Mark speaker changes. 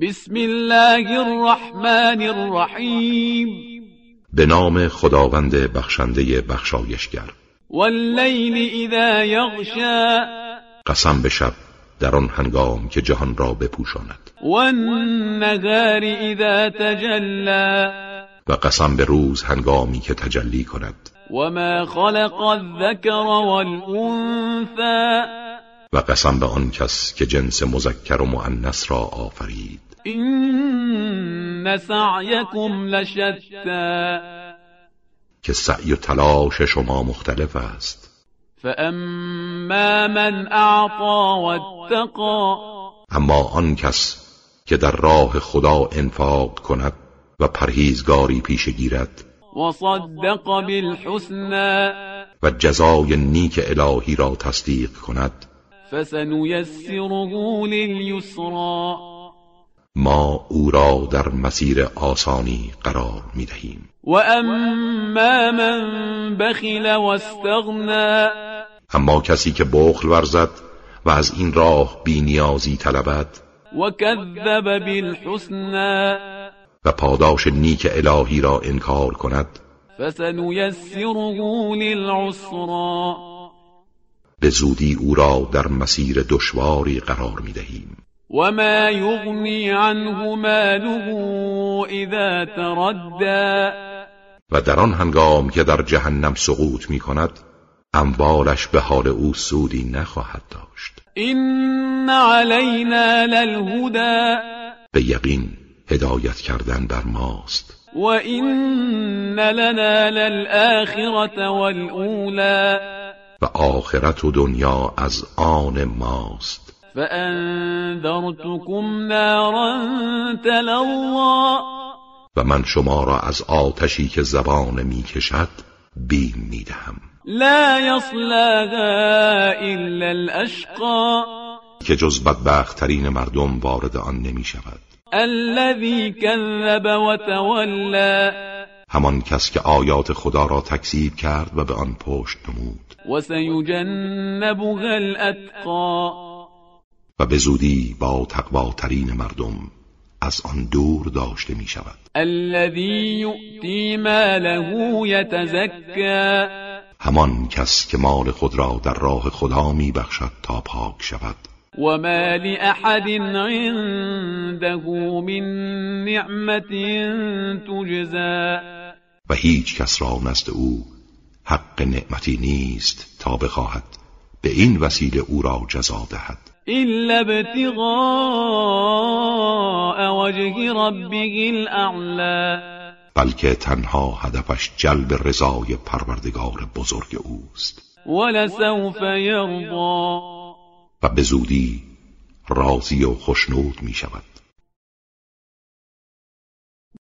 Speaker 1: بسم الله الرحمن الرحیم
Speaker 2: به نام خداوند بخشنده بخشایشگر
Speaker 1: واللیل اذا یغشا
Speaker 2: قسم به شب در آن هنگام که جهان را بپوشاند
Speaker 1: والنهار اذا تجلى
Speaker 2: و قسم به روز هنگامی که تجلی کند
Speaker 1: وما خلق الذكر والانثى
Speaker 2: و قسم به آن کس که جنس مذکر و مؤنث را آفرید
Speaker 1: ان سعیکم لشتى
Speaker 2: که سعی و تلاش شما مختلف است
Speaker 1: فاما من اعطى واتقى
Speaker 2: اما آن کس که در راه خدا انفاق کند و پرهیزگاری پیش گیرد
Speaker 1: وصدق بالحسنى
Speaker 2: و جزای نیک الهی را تصدیق کند
Speaker 1: فسنيسره لليسرى
Speaker 2: ما او را در مسیر آسانی قرار می دهیم
Speaker 1: واما من بخل واستغنى
Speaker 2: اما کسی که بخل ورزد و از این راه بینیازی طلبد
Speaker 1: وكذب بالحسنى
Speaker 2: و پاداش نیک الهی را انکار کند
Speaker 1: فسنيسره للعسرى
Speaker 2: به زودی او را در مسیر دشواری قرار می دهیم
Speaker 1: وما يغني عنه ماله اذا تردى
Speaker 2: و در آن هنگام که در جهنم سقوط می کند اموالش به حال او سودی نخواهد داشت
Speaker 1: ان علينا للهدى
Speaker 2: به یقین هدایت کردن بر ماست
Speaker 1: وان لنا للاخره والاولى
Speaker 2: و آخرت و دنیا از آن ماست
Speaker 1: فانذرتكم نارا تلظى
Speaker 2: و من شما را از آتشی که زبان می کشد بیم می دهم
Speaker 1: لا يصلاها الا الاشقى
Speaker 2: که جز بدبختترین مردم وارد آن نمی شود
Speaker 1: الذي كذب وتولى
Speaker 2: همان کس که آیات خدا را تکذیب کرد و به آن پشت نمود
Speaker 1: وسيجنبها الاتقى
Speaker 2: و به زودی با تقواترین مردم از آن دور داشته می شود
Speaker 1: الذي يؤتي ماله يتزكى
Speaker 2: همان کس که مال خود را در راه خدا می بخشد تا پاک شود
Speaker 1: وما لأحد عنده من نعمة تجزى
Speaker 2: و هیچ کس را نزد او حق نعمتی نیست تا بخواهد به این وسیله او را جزا دهد
Speaker 1: إلا ابتغاء وجه ربه الأعلى
Speaker 2: بلکه تنها هدفش جلب رضای پروردگار بزرگ اوست
Speaker 1: ولسوف يرضى
Speaker 2: و به زودی راضی و خشنود می شود